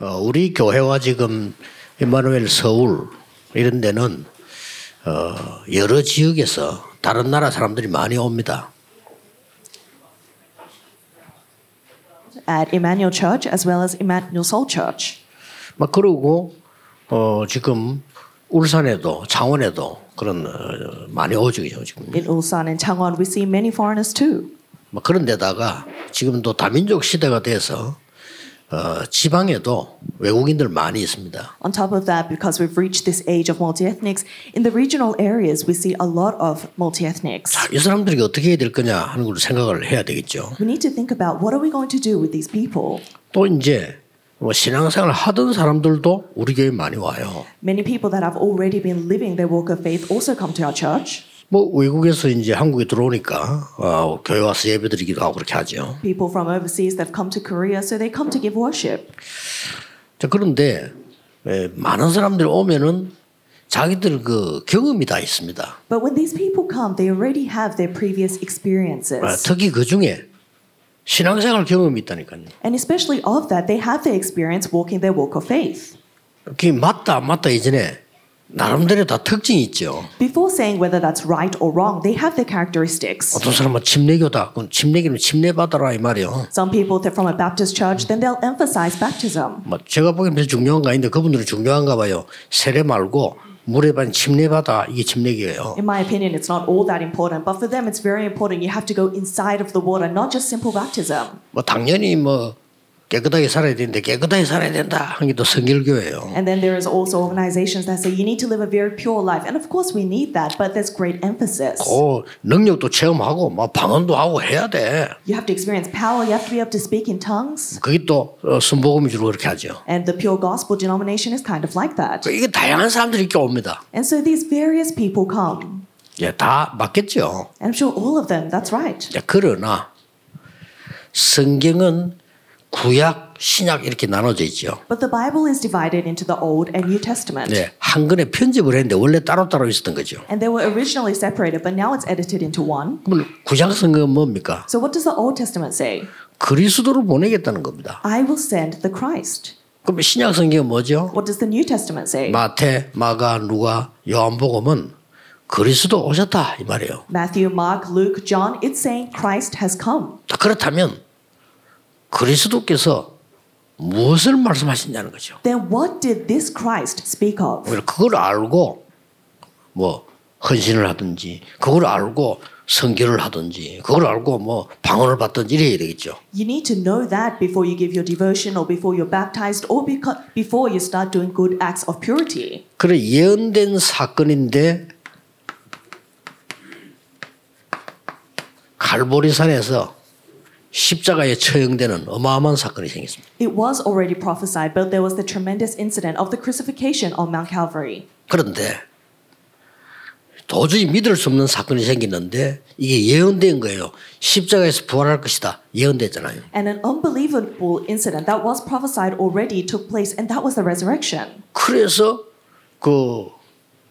어, 우리 교회와 지금 임마누엘 서울 이런 데는 어, 여러 지역에서 다른 나라 사람들이 많이 옵니다. at Emmanuel Church as well as Emmanuel Soul Church. 막 그러고 어, 지금 울산에도 창원에도 그런 어, 많이 오죠 지금. In Ulsan and Changwon, we see many foreigners too. 뭐 그런 데다가 지금도 다민족 시대가 돼서 어, 지방에도 외국인들 많이 있습니다. On top of that, because we've reached this age of multi ethnics, in the regional areas, we see a lot of multi ethnics. 자, 아, 이 사람들이 어떻게 해야 될 거냐 하는 걸 생각을 해야 되겠죠. We need to think about what are we going to do with these people? 또 이제 뭐 신앙생활 하던 사람들도 우리 교회 많이 와요. Many people that have already been living their walk of faith also come to our church. 뭐 외국에서 이제 한국에 들어오니까 어, 교회 와서 예배드리기도 하고 그렇게 하죠. People from overseas that have come to Korea, so they come to give worship. 자, 그런데 에, 많은 사람들이 오면은 자기들 그 경험이 다 있습니다. But when these people come, they already have their previous 아, experiences. 특히 그 중에 신앙생활 경험이 있다니까요. And especially of that, they have their experience walking their walk of faith. 그게 맞다 안 맞다 이전에 나름대로 다 특징이 있죠. Before saying whether that's right or wrong, they have their characteristics. 어떤 사람은 침례교다. 그럼 침례교는 침례받아라 이 말이요. Some people, they're from a Baptist church, then they'll emphasize baptism. 뭐 제가 보기엔 별로 중요한 거 아닌데 그분들은 중요한가 봐요. 세례 말고 물에 반 침례받아 이게 침례교예요. In my opinion, it's not all that important, but for them, it's very important. You have to go inside of the water, not just simple baptism. 뭐 당연히 뭐 깨끗하게 살아야 되는데 깨끗하게 살아야 된다 하는 게 또 성결교예요. And then there is also organizations that say you need to live a very pure life. And of course, we need that, but there's great emphasis. 어 능력도 체험하고 막 방언도 하고 해야 돼. You have to experience power, you have to be able to speak in tongues. 그게 또 어, 순복음 위주로 그렇게 하죠. And the pure gospel denomination is kind of like that. 그 이게 다양한 사람들이 이렇게 옵니다. And so these various people come. 예, 다 맞겠죠. And I'm sure all of them, that's right. 자, 그러나 성경은 구약, 신약 이렇게 나눠져 있죠. But the Bible is divided into the Old and New Testament. 네, 한권에 편집을 했는데 원래 따로따로 있었던 거죠. And they were originally separated, but now it's edited into one. 그러면 구약 성경은 뭡니까? So what does the Old Testament say? 그리스도를 보내겠다는 겁니다. I will send the Christ. 그럼 신약 성경은 뭐죠? What does the New Testament say? 마태, 마가, 누가, 요한복음은 그리스도 오셨다 이 말이에요. Matthew, Mark, Luke, John, it's saying Christ has come. 자, 그렇다면 그리스도께서 무엇을 말씀하시냐는 거죠. Then what did this Christ speak of? 오히려 그걸 알고 뭐 헌신을 하든지 그걸 알고 성결을 하든지 그걸 알고 뭐 방언을 받든지 이래야 되겠죠. You need to know that before you give your devotion or before you're baptized or beco- before you start doing good acts of purity. 그래 예언된 사건인데 갈보리산에서 십자가에 처형되는 어마어마한 사건이 생겼습니다. It was already prophesied, but there was the tremendous incident of the crucifixion on Mount Calvary. 그런데 도저히 믿을 수 없는 사건이 생겼는데 이게 예언된 거예요. 십자가에서 부활할 것이다. 예언됐잖아요. And an unbelievable incident that was prophesied already took place, and that was the resurrection. 그래서 그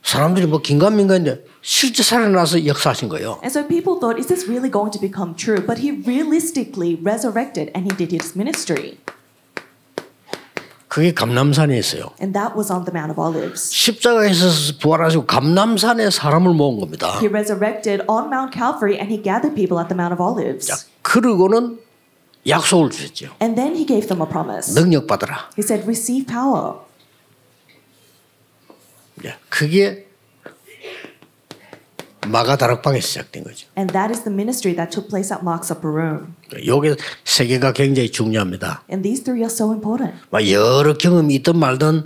사람들이 뭐 긴가민가인데 실제 살아나서 역사하신 거예요. And so people thought, is this really going to become true? But he realistically resurrected and he did his ministry. 그게 감남산에 있어요. And that was on the Mount of Olives. 십자가에서 부활하시고 감남산에 사람을 모은 겁니다. He resurrected on Mount Calvary and he gathered people at the Mount of 자, Olives. 그러고는 약속을 주셨죠. And then he gave them a promise. 능력 받으라. He said, Receive power. 예, 그게 마가 다락방에서 시작된 거죠. And that is the ministry that took place at Mark's upper room. 요게 세 개가 굉장히 중요합니다. And these three are so important. 막 여러 경험이 있든 말든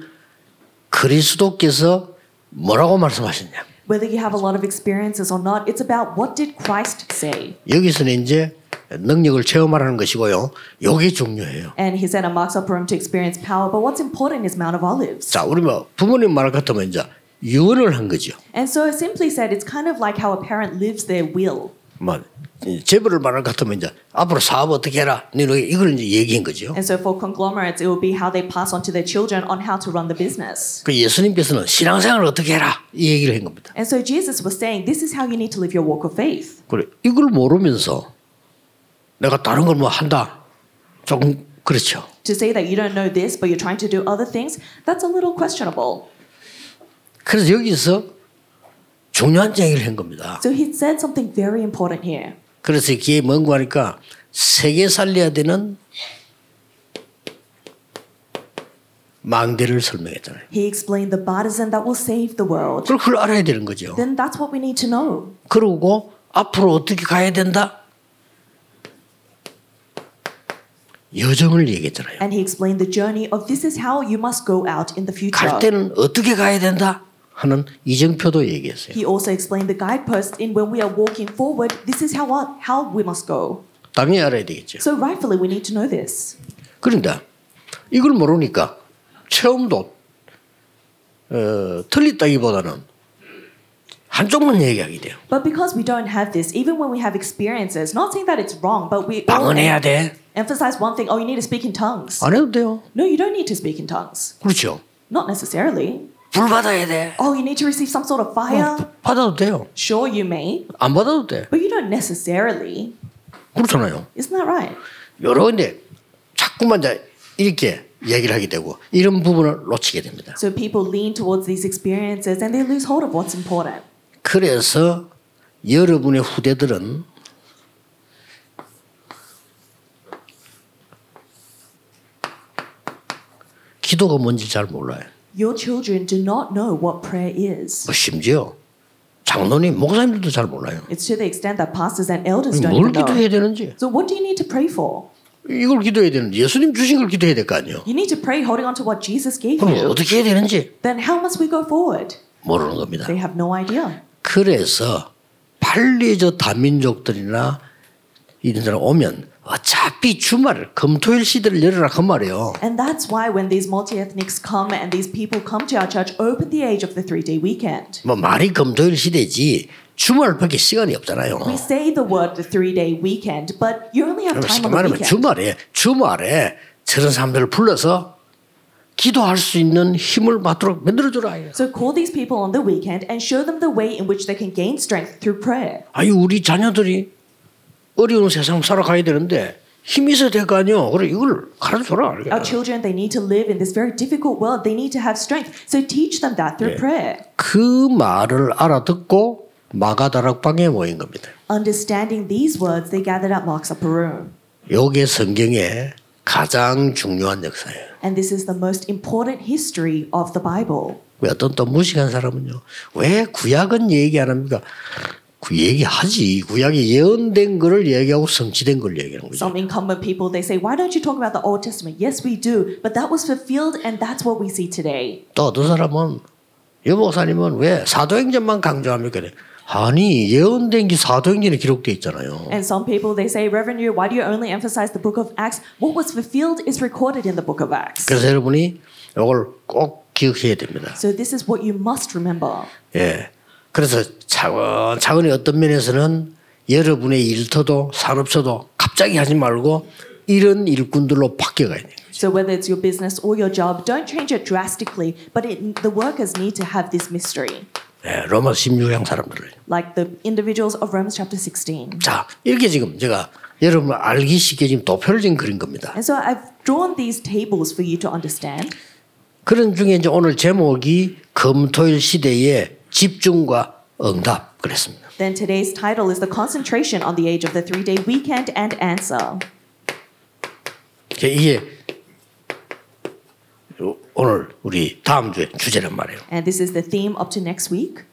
그리스도께서 뭐라고 말씀하셨냐. Whether you have a lot of experiences or not, it's about what did Christ say? 여기서는 이제 능력을 체험하라는 것이고요. 요게 중요해요. And he said, "A marks up room to experience power." But what's important is Mount of Olives. 자, 우리 뭐 부모님 말 같으면 이제 유언을 한 거죠. And so, simply said, it's kind of like how a parent lives their will. 뭐 이 재벌을 말할 것 같으면 이제 앞으로 사업 어떻게 해라. 너는 이걸 이제 얘기한 거죠. And so, for conglomerates, it will be how they pass on to their children on how to run the business. 그 예수님께서는 신앙생활을 어떻게 해라 이 얘기를 한 겁니다. And so, Jesus was saying, "This is how you need to live your walk of faith." 그래 이걸 모르면서 내가 다른 걸 뭐 한다. 조금 그렇죠. to say that you don't know this, but you're trying to do other things, that's a little questionable. 그래서 여기서 중요한 얘기를 한 겁니다. So he said something very important here. 그래서 기회 뭔고 하니까 세계 살려야 되는 망대를 설명했잖아요. He explained the partisan that will save the world. 그걸 그걸 알아야 되는 거죠. Then that's what we need to know. 그러고 앞으로 어떻게 가야 된다? 여정을 얘기했잖아요. And he explained the journey of this is how you must go out in the 갈 future. 때는 어떻게 가야 된다 하는 이정표도 얘기했어요. He also explained the guidepost in when we are walking forward, this is how, our- how we must go. 당연히 알아야 되겠죠. So rightfully, we need to know this. 그런데 이걸 모르니까 체험도 어, 틀렸다기보다는 한쪽만 얘기하게 돼요. But because we don't have this, even when we have experiences, not saying that it's wrong, but we all 방언해야 돼. emphasize one thing oh, you need to speak in tongues. 안 해도 돼요. No, you don't need to speak in tongues. 그렇죠. Not necessarily. 불 받아야 돼. Oh, you need to receive some sort of fire. 받아도 돼요. Sure, you may, 안 받아도 돼. but you don't necessarily. 그렇잖아요. Isn't that right? 여러 군데 자꾸만 이제 이렇게 얘기를 하게 되고 이런 부분을 놓치게 됩니다. So people lean towards these experiences and they lose hold of what's important. 그래서 여러분의 후대들은 기도가 뭔지 잘 몰라요. Your children do not know what prayer is. 뭐 심지어 장로님, 목사님들도 잘 몰라요. It's to the extent that pastors and elders don't 뭘 even know. 기도해야 되는지 So what do you need to pray for? 이걸 기도해야 되는지 예수님 주신 걸 기도해야 될 거 아니에요. You need to pray holding on to what Jesus gave 그럼 you. 어떻게 해야 되는지 Then how must we go forward? 모르는 겁니다. They have no idea. 그래서 팔리저 다민족들이나 이런 사람 오면 어차피 주말 금토일 시대를 열어라 그 말이에요. And that's why when these multi-ethnics come and these people come to our church, open the age of the three-day weekend. 뭐 말이 금토일 시대지 주말밖에 시간이 없잖아요. We say the word the three-day weekend, but you only have time 쉽게 on the 말하면 weekend. 주말에 주말에 저런 사람들을 불러서 기도할 수 있는 힘을 받도록 만들어줘라. 이거. So call these people on the weekend and show them the way in which they can gain strength through prayer. 아유 우리 자녀들이 어려운 세상 살아가야 되는데 힘이 있어야 될 거 아니요. 그래 이걸 가르쳐줘라. 이거. Our children, they need to live in this very difficult world. They need to have strength. So teach them that through Yeah. prayer. 그 말을 알아듣고 마가다락방에 모인 겁니다. Understanding these words, they gathered at Mark's upper room. 요게 성경의 가장 중요한 역사예요. And this is the most important history of the Bible. 왜 어떤 또 무식한 사람은요. 왜 구약은 얘기 안 합니까? 그 얘기하지. 구약이 예언된 거를 얘기하고 성취된 걸 얘기하는 거죠. Some incumbent people, they say, why don't you talk about the Old Testament? Yes, we do, but that was fulfilled and that's what we see today. 또 어떤 사람은 여 목사님은 왜 사도행전만 강조합니까? 그래. 아니 예언된 게 사도행전에 기록돼 있잖아요. And some people, they say, Reverend, Yu, why do you only emphasize the book of Acts? What was fulfilled is recorded in the book of Acts. 그래서 여러분이 이걸 꼭 기억해야 됩니다. So this is what you must remember. 예. 그래서 차근차근히 어떤 면에서는 여러분의 일터도 산업처도 갑자기 하지 말고 이런 일꾼들로 바뀌어가야 돼요. So whether it's your business or your job, don't change it drastically, but it, the workers need to have this mystery, 예, 로마 16장 사람들을. like the individuals of Romans chapter 16. 자, 이렇게 지금 제가 여러분을 알기 쉽게 지금 도표를 지금 그린 겁니다. And so I've drawn these tables for you to understand. 그런 중에 이제 오늘 제목이 금토일 시대의 집중과 응답 그랬습니다. Then today's title is The Concentration on the Age of the Three Day Weekend and Answer. 이제 이게 오늘 우리 다음 주에 주제란 말이에요. And this is the theme up to next week.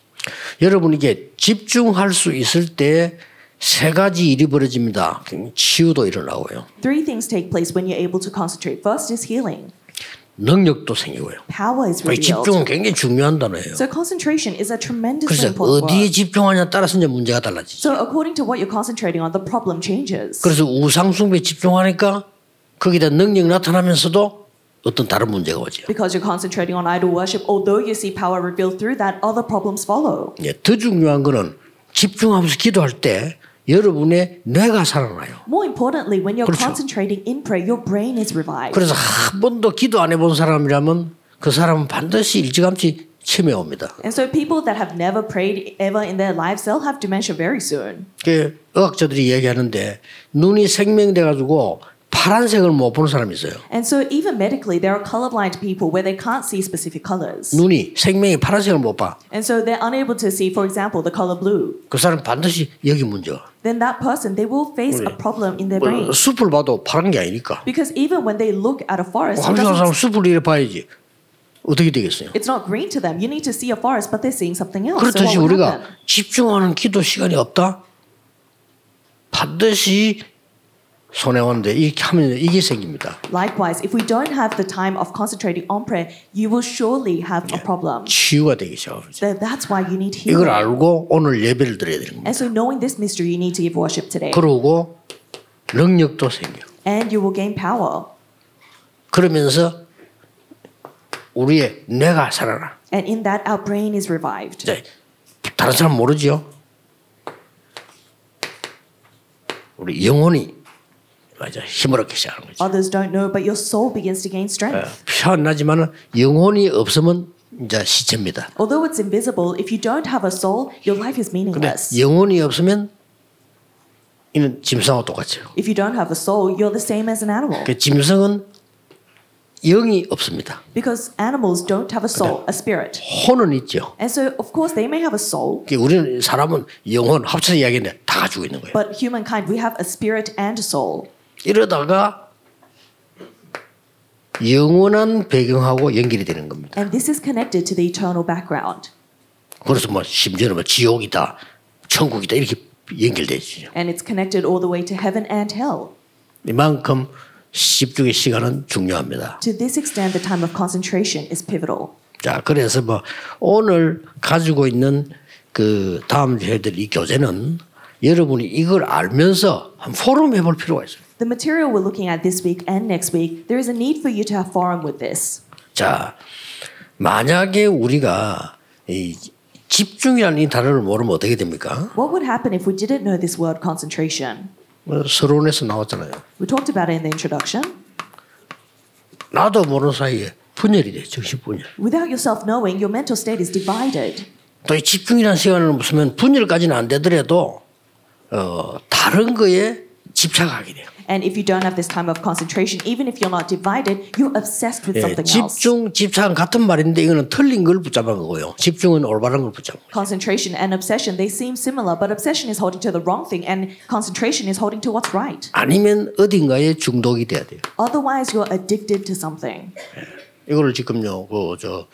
여러분에게 집중할 수 있을 때 세 가지 일이 벌어집니다. 치유도 일어나고요. Three things take place when you're able to concentrate. First is healing, 능력도 생기고요. power is 이 revealed. 집중은 굉장히 중요한 단어예요. So concentration is a tremendously 그래서 important 어디에 word. 집중하냐 따라서 이제 문제가 달라지죠. So according to what you're concentrating on, the problem changes. 그래서 우상숭배 집중하니까 거기다 능력 나타나면서도 어떤 다른 문제가 오죠. Because you're concentrating on idol worship, although you see power revealed through that, other problems follow. 예, 더 중요한 거는 집중하면서 기도할 때 여러분의 뇌가 살아나요. More importantly, when you're 그렇죠. concentrating in prayer, your brain is revived. 그래서 한 번도 기도 안 해본 사람이라면 그 사람은 반드시 일찌감치 치매 옵니다. And so people that have never prayed ever in their lives, they'll have dementia very soon. 그 의학자들이 얘기하는데 눈이 생명돼 가지고 파란색을 못 보는 사람이 있어요. And so, even medically, there are colorblind people where they can't see specific colors. 눈이 생명이 파란색을 못 봐. And so, they're unable to see, for example, the color blue. 그 사람 반드시 여기 문제. Then, that person, they will face a problem in their brain. 숲을 봐도 파란 게 아니니까. Because even when they look at a forest, it 감시한 doesn't- 사람 숲을 이래 봐야지. 어떻게 네, 되겠어요? it's not green to them. You need to see a forest, but they're seeing something else. So, 그렇듯이 what would happen? 우리가 집중하는 기도 시간이 없다. 반드시 손해 오는데 이렇게 하면 이게 생깁니다. Likewise, if we don't have the time of concentrating on prayer, you will surely have a problem. 치유가 되기 시작합니다. That- That's why you need 이걸 healing. 알고 오늘 예배를 드려야 되는 겁니다. And so, knowing this mystery, you need to give worship 네. today, 그러고 능력도 생겨. and you will gain power. 그러면서 우리의 내가 살아라. And in that, our brain is revived. 이제 다른 사람 모르지요. 우리 영혼이 맞아 힘을 얻기 시작하는 거죠. Others don't know, but your soul begins to gain strength. 표현하지만은 영혼이 없으면 이제 시체입니다. Although it's invisible, if you don't have a soul, your life is 근데 meaningless. 영혼이 없으면 이는 짐승하고 똑같아요. If you don't have a soul, you're the same as an animal. 그 짐승은 영이 없습니다. Because animals don't have a soul, a spirit. 혼은 있죠. And so, of course, they may have a soul, 그 우리는 사람은 영혼 합쳐서 이야기하는데 다 가지고 있는 거예요. but humankind, we have a spirit and a soul. 이러다가 영원한 배경하고 연결이 되는 겁니다. And this is connected to the eternal background. 그래서 뭐 심지어는 뭐 지옥이다, 천국이다 이렇게 연결되죠. And it's connected all the way to heaven and hell. 이만큼 집중의 시간은 중요합니다. To this extent, the time of concentration is pivotal. 자, 그래서 뭐 오늘 가지고 있는 그 다음 주에 해드릴 이 교재는 여러분이 이걸 알면서 한 포럼 해볼 필요가 있어요. The material we're looking at this week and next week, there is a need for you to have forum with this. 자, 만약에 우리가 이 집중이라는 이 단어를 모르면 어떻게 됩니까? What would happen if we didn't know this word concentration? 뭐 서론에서 나왔잖아요. We talked about it in the introduction. 나도 모르는 사이에 분열이 돼, 정신 분열. Without yourself knowing, your mental state is divided. 또 이 집중이라는 시간을 무슨 분열까지는 안 되더라도 어, 다른 거에 집착하게 돼요. And if you don't have this time of concentration, even if you're not divided, you're obsessed with 예, something else. 집중, 집착은 같은 말인데 이거는 틀린 걸 붙잡은 거고요. 집중은 올바른 걸 붙잡은 거예요. Concentration and obsession, they seem similar, but obsession is holding to the wrong thing and concentration is holding to what's right. 아니면 어딘가에 중독이 돼야 돼요. Otherwise, you're addicted to something. 이거를 지금요, 그, 저,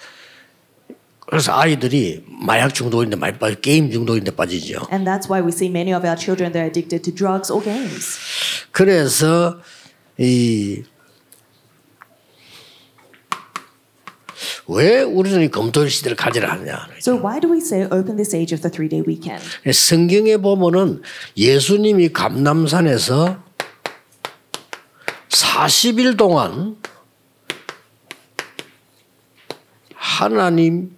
그래서 아이들이 마약 중독인데 많이 빠져, 게임 중독인데 빠지죠. And that's why we see many of our children, they're addicted to drugs or games. 그래서 이, 왜 우리는 이 검토일 시대를 가지를 하느냐. So, why do we say open this age of the three day weekend? 성경에 보면은 예수님이 감남산에서 40일 동안 하나님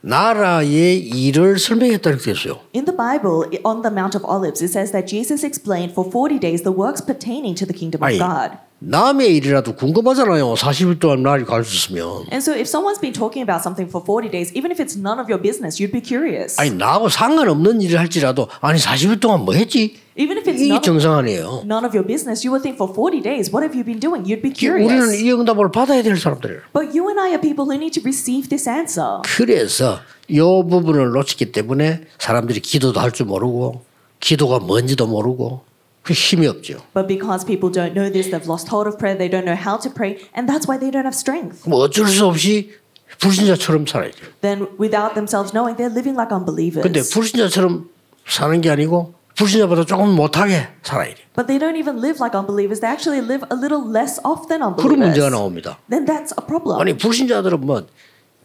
나라의 일을 설명했다 이렇게 됐어요. In the Bible, i- on the Mount of Olives, it says that Jesus explained for 40 days the works pertaining to the kingdom of 아니, God. 남의 일이라도 궁금하잖아요. 40일 동안 나를 가르쳤으면. And so, if someone's been talking about something for 40 days, even if it's none of your business, you'd be curious. 아니 나하고 상관없는 일을 할지라도 아니 40일 동안 뭐 했지? Even if it's 이게 none of, 정상 아니에요. none of your business, you would think for 40 days, what have you been doing? You'd be 우리는 curious. 이 응답을 받아야 될 사람들이에요. But you and I are people who need to receive this answer. 그래서 이 부분을 놓쳤기 때문에 사람들이 기도도 할 줄 모르고 기도가 뭔지도 모르고 그 힘이 없죠. But because people don't know this, they've lost hold of prayer, they don't know how to pray, and that's why they don't have strength. 뭐 어쩔 수 없이 불신자처럼 살아야죠. Then, without themselves knowing, they're living like 근데 unbelievers. 불신자처럼 사는 게 아니고 불신자보다 조금 못하게 살아야 돼요. But they don't even live like unbelievers, they actually live a little less off than 그런 문제가 unbelievers. 나옵니다. Then that's a problem. 아니 불신자들은 뭐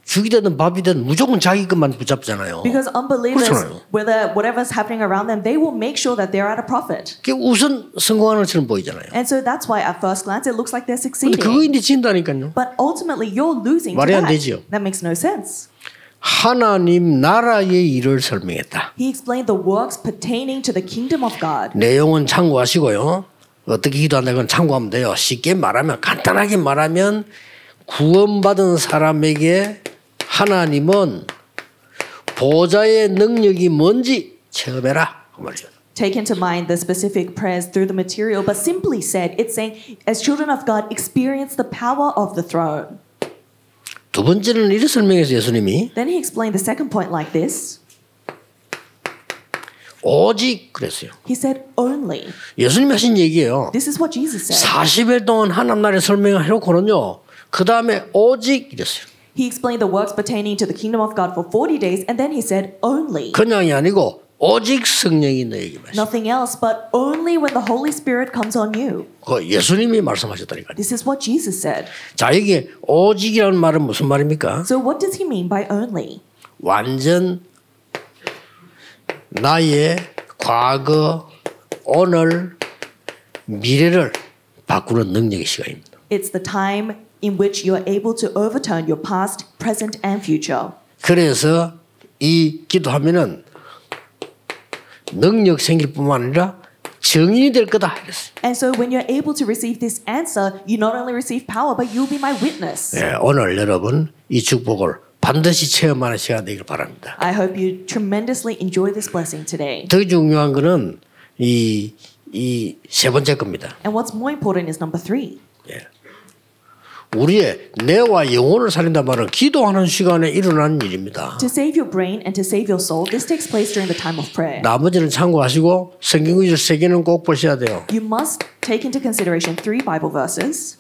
죽이 되든 밥이 되든 무조건 자기 것만 붙잡잖아요. Because unbelievers, 그렇잖아요. whether whatever's happening around them, they will make sure that they're at a profit. 그게 우선 성공하는 것처럼 보이잖아요. And so that's why at first glance it looks like they're 근데 succeeding. 그거인데 진다니까요. But ultimately you're losing to 말이 안 that. 되지요. That makes no sense. 하나님 나라의 일을 설명했다. He explained the works pertaining to the kingdom of God. 내용은 참고하시고요. 어떻게 기도한다는 건 참고하면 돼요. 쉽게 말하면 간단하게 말하면 구원받은 사람에게 하나님은 보좌의 능력이 뭔지 체험해라. 그 말이죠. take into mind the specific prayers through the material, but simply said, it's saying, as children of God, experience the power of the throne. 두 번째는 이렇게 설명해서 예수님이 Then he explained the second point like this. 오직 그랬어요. He 사id only. 예수님이 하신 얘기예요. This is what Jesus said. 40일 동안 하나님 나라의 설명을 해놓고는요. 그 다음에 오직 이랬어요. He explained the works pertaining to the kingdom of God for 40 days and then he said only. 그냥이 아니고 오직 성령이 너에게 말씀. Nothing else but only when the Holy Spirit comes on you. 그 예수님이 말씀하셨다니까요. This is what Jesus said. 자 여기 오직이라는 말은 무슨 말입니까? So what does he mean by only? 완전 나의 과거, 오늘, 미래를 바꾸는 능력의 시간입니다. It's the time in which you are able to overturn your past, present and future. 그래서 이 기도하면은 능력 생길 뿐만 아니라 정인이 될 거다. 이랬어요. And so when you're able to receive this answer, you not only receive power but you'll be my witness. 예, 오늘 여러분 이 축복을 반드시 체험하는 시간 되길 바랍니다. I hope you tremendously enjoy this blessing today. 더 중요한 거는 이 이 세 번째 겁니다. And what's more important is number 3. 우리의 뇌와 영혼을 살린다 말은 기도하는 시간에 일어나는 일입니다. To save your brain and to save your soul, this takes place during the time of prayer. 나머지는 참고하시고 성경구절 세 개는 꼭 보셔야 돼요. You must take into consideration three Bible verses.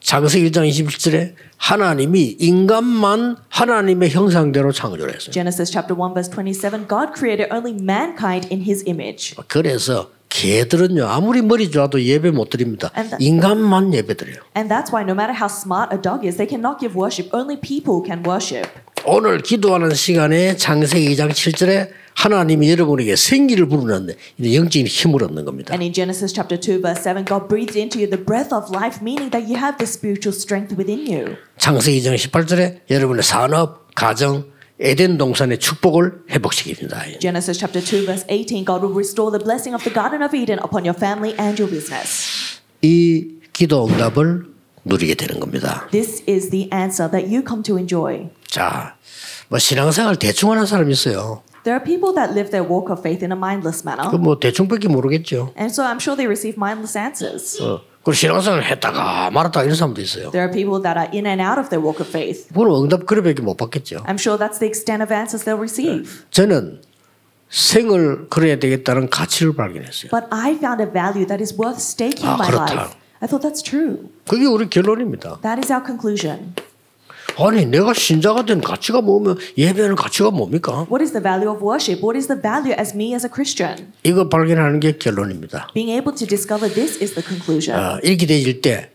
창세기 1장 27절에 하나님이 인간만 하나님의 형상대로 창조를 했어요. Genesis chapter 1 verse 27, God created only mankind in his image. 그래서 개들은요 아무리 머리 좋아도 예배 못 드립니다. 인간만 예배 드려요. And that's why no matter how smart a dog is, they cannot give worship. Only people can worship. 오늘 기도하는 시간에 창세기 2장 7절에 하나님이 여러분에게 생기를 부르는데 이는 영적인 힘을 얻는 겁니다. And in Genesis chapter 2 verse 7, God breathed into you the breath of life, meaning that you have the spiritual strength within you. 창세기 2장 18절에 여러분의 산업, 가정, 에덴 동산의 축복을 회복시킵니다. Genesis chapter 2 verse 18, God will restore the blessing of the Garden of Eden upon your family and your business. 이 기도 응답을 누리게 되는 겁니다. This is the answer that you come to enjoy. 자, 뭐 신앙생활 대충 하는 사람이 있어요. There are people that live their walk of faith in a mindless manner, 그 뭐 대충밖에 모르겠죠. and so I'm sure they receive mindless answers. 어, 그 신앙생활 했다가 말았다 이런 사람도 있어요. There are people that are in and out of their walk of faith. 그건 응답 그래밖에 못 받겠죠. I'm sure that's the extent of answers they'll receive. 저는 생을 걸어야 되겠다는 가치를 발견했어요. But I found a value that is worth staking Ah, my 그렇다. life. I thought that's true. 그게 우리 결론입니다. That is our conclusion. 아니 내가 신자가 된 가치가 뭐면 예배하는 가치가 뭡니까? What is the value of worship? What is the value as me as a Christian? 이거 발견하는 게 결론입니다. Being able to discover this is the conclusion. 아, 이렇게 되질 때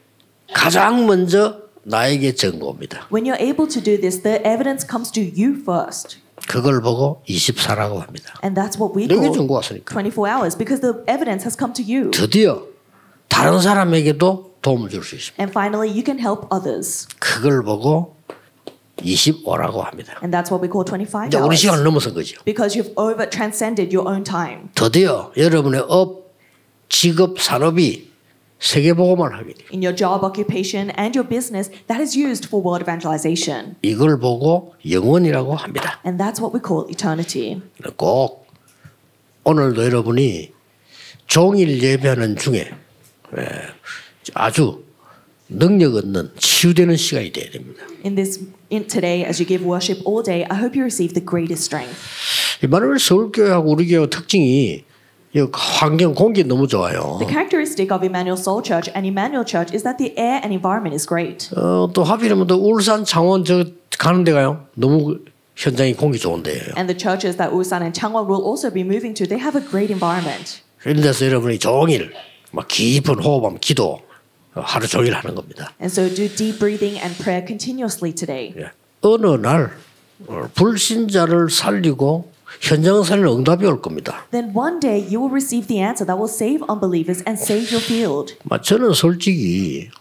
가장 먼저 나에게 증거입니다. when you're able to do this, the evidence comes to you first. 그걸 보고 24라고 합니다. And that's what we 내게 call 증거 왔으니까 24 hours because the evidence has come to you. 드디어 다른 사람에게도 도움을 줄 수 있습니다. And finally, you can help others. 그걸 보고 25라고 합니다. And that's what we call 25 이제 우리 hours. 시간을 넘어선 거죠. Because you've over transcended your own time. 드디어 여러분의 업, 직업, 산업이 세계보고만 하게 돼요. In your job, occupation, and your business, that is used for world evangelization. 이걸 보고 영원이라고 합니다. And that's what we call eternity. 꼭 오늘도 여러분이 종일 예배하는 중에 예, 아주 능력 얻는 치유되는 시간이 되어야 됩니다. In this in today, as you give worship all day, I hope you receive the greatest strength. 이만하면 서울교회하고 우리 교회 특징이 이 환경 공기 너무 좋아요. The characteristic of Emmanuel Soul Church and Emmanuel Church is that the air and environment is great. 어, 또 하필이면 또 울산, 창원 저 가는 데가요. 너무 현장이 공기 좋은데요. And the churches that Ulsan and Changwon will also be moving to, they have a great environment. 그런 데서 여러분이 종일 막 깊은 호흡하면 기도 어, 하루 종일 하는 겁니다. And so do deep breathing and prayer continuously today. 예. 어느 날 어, 불신자를 살리고 현장 살리는 응답이 올 겁니다. Then one day you will receive the answer that will save unbelievers and save your field. 막 저는 솔직히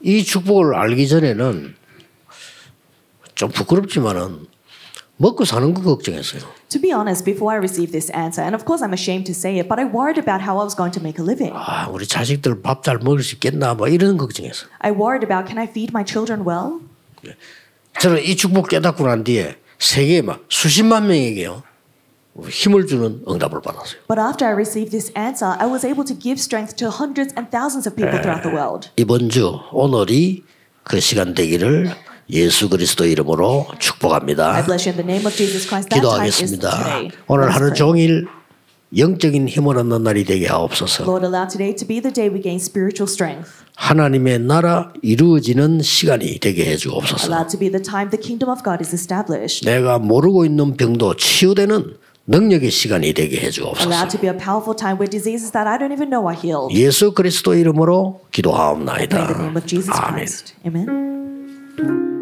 이 축복을 알기 전에는 좀 부끄럽지만은 먹고 사는 거 걱정했어요. To be honest, before I received this answer, and of course I'm ashamed to say it, but I worried about how I was going to make a living. 아, 우리 자식들 밥 잘 먹을 수 있겠나 뭐 이런 걱정했어요. I worried about can I feed my children well? 저는 이 축복 깨닫고 난 뒤에 세계에 막 수십만 명에게요. 힘을 주는 응답을 받았어요. But after I received this answer, I was able to give strength to hundreds and thousands of people throughout the world. 이번 주 오늘이 그 시간 되기를 예수 그리스도 이름으로 I 축복합니다. bless you in the name of Jesus Christ. That time is 기도하겠습니다. today. 오늘 Let's 하루 pray. 종일 영적인 힘을 얻는 날이 되게 하옵소서. Lord, allow today to be the day we gain spiritual strength. 하나님의 나라 이루어지는 시간이 되게 해주옵소서. Allow to be the time the kingdom of God is established. 내가 모르고 있는 병도 치유되는 능력의 시간이 되게 Allow 해주옵소서. to be a powerful time where diseases that I don't even know are healed. 예수 그리스도 이름으로 Pray in the 기도하옵나이다. name of Jesus 아멘. Christ. Amen.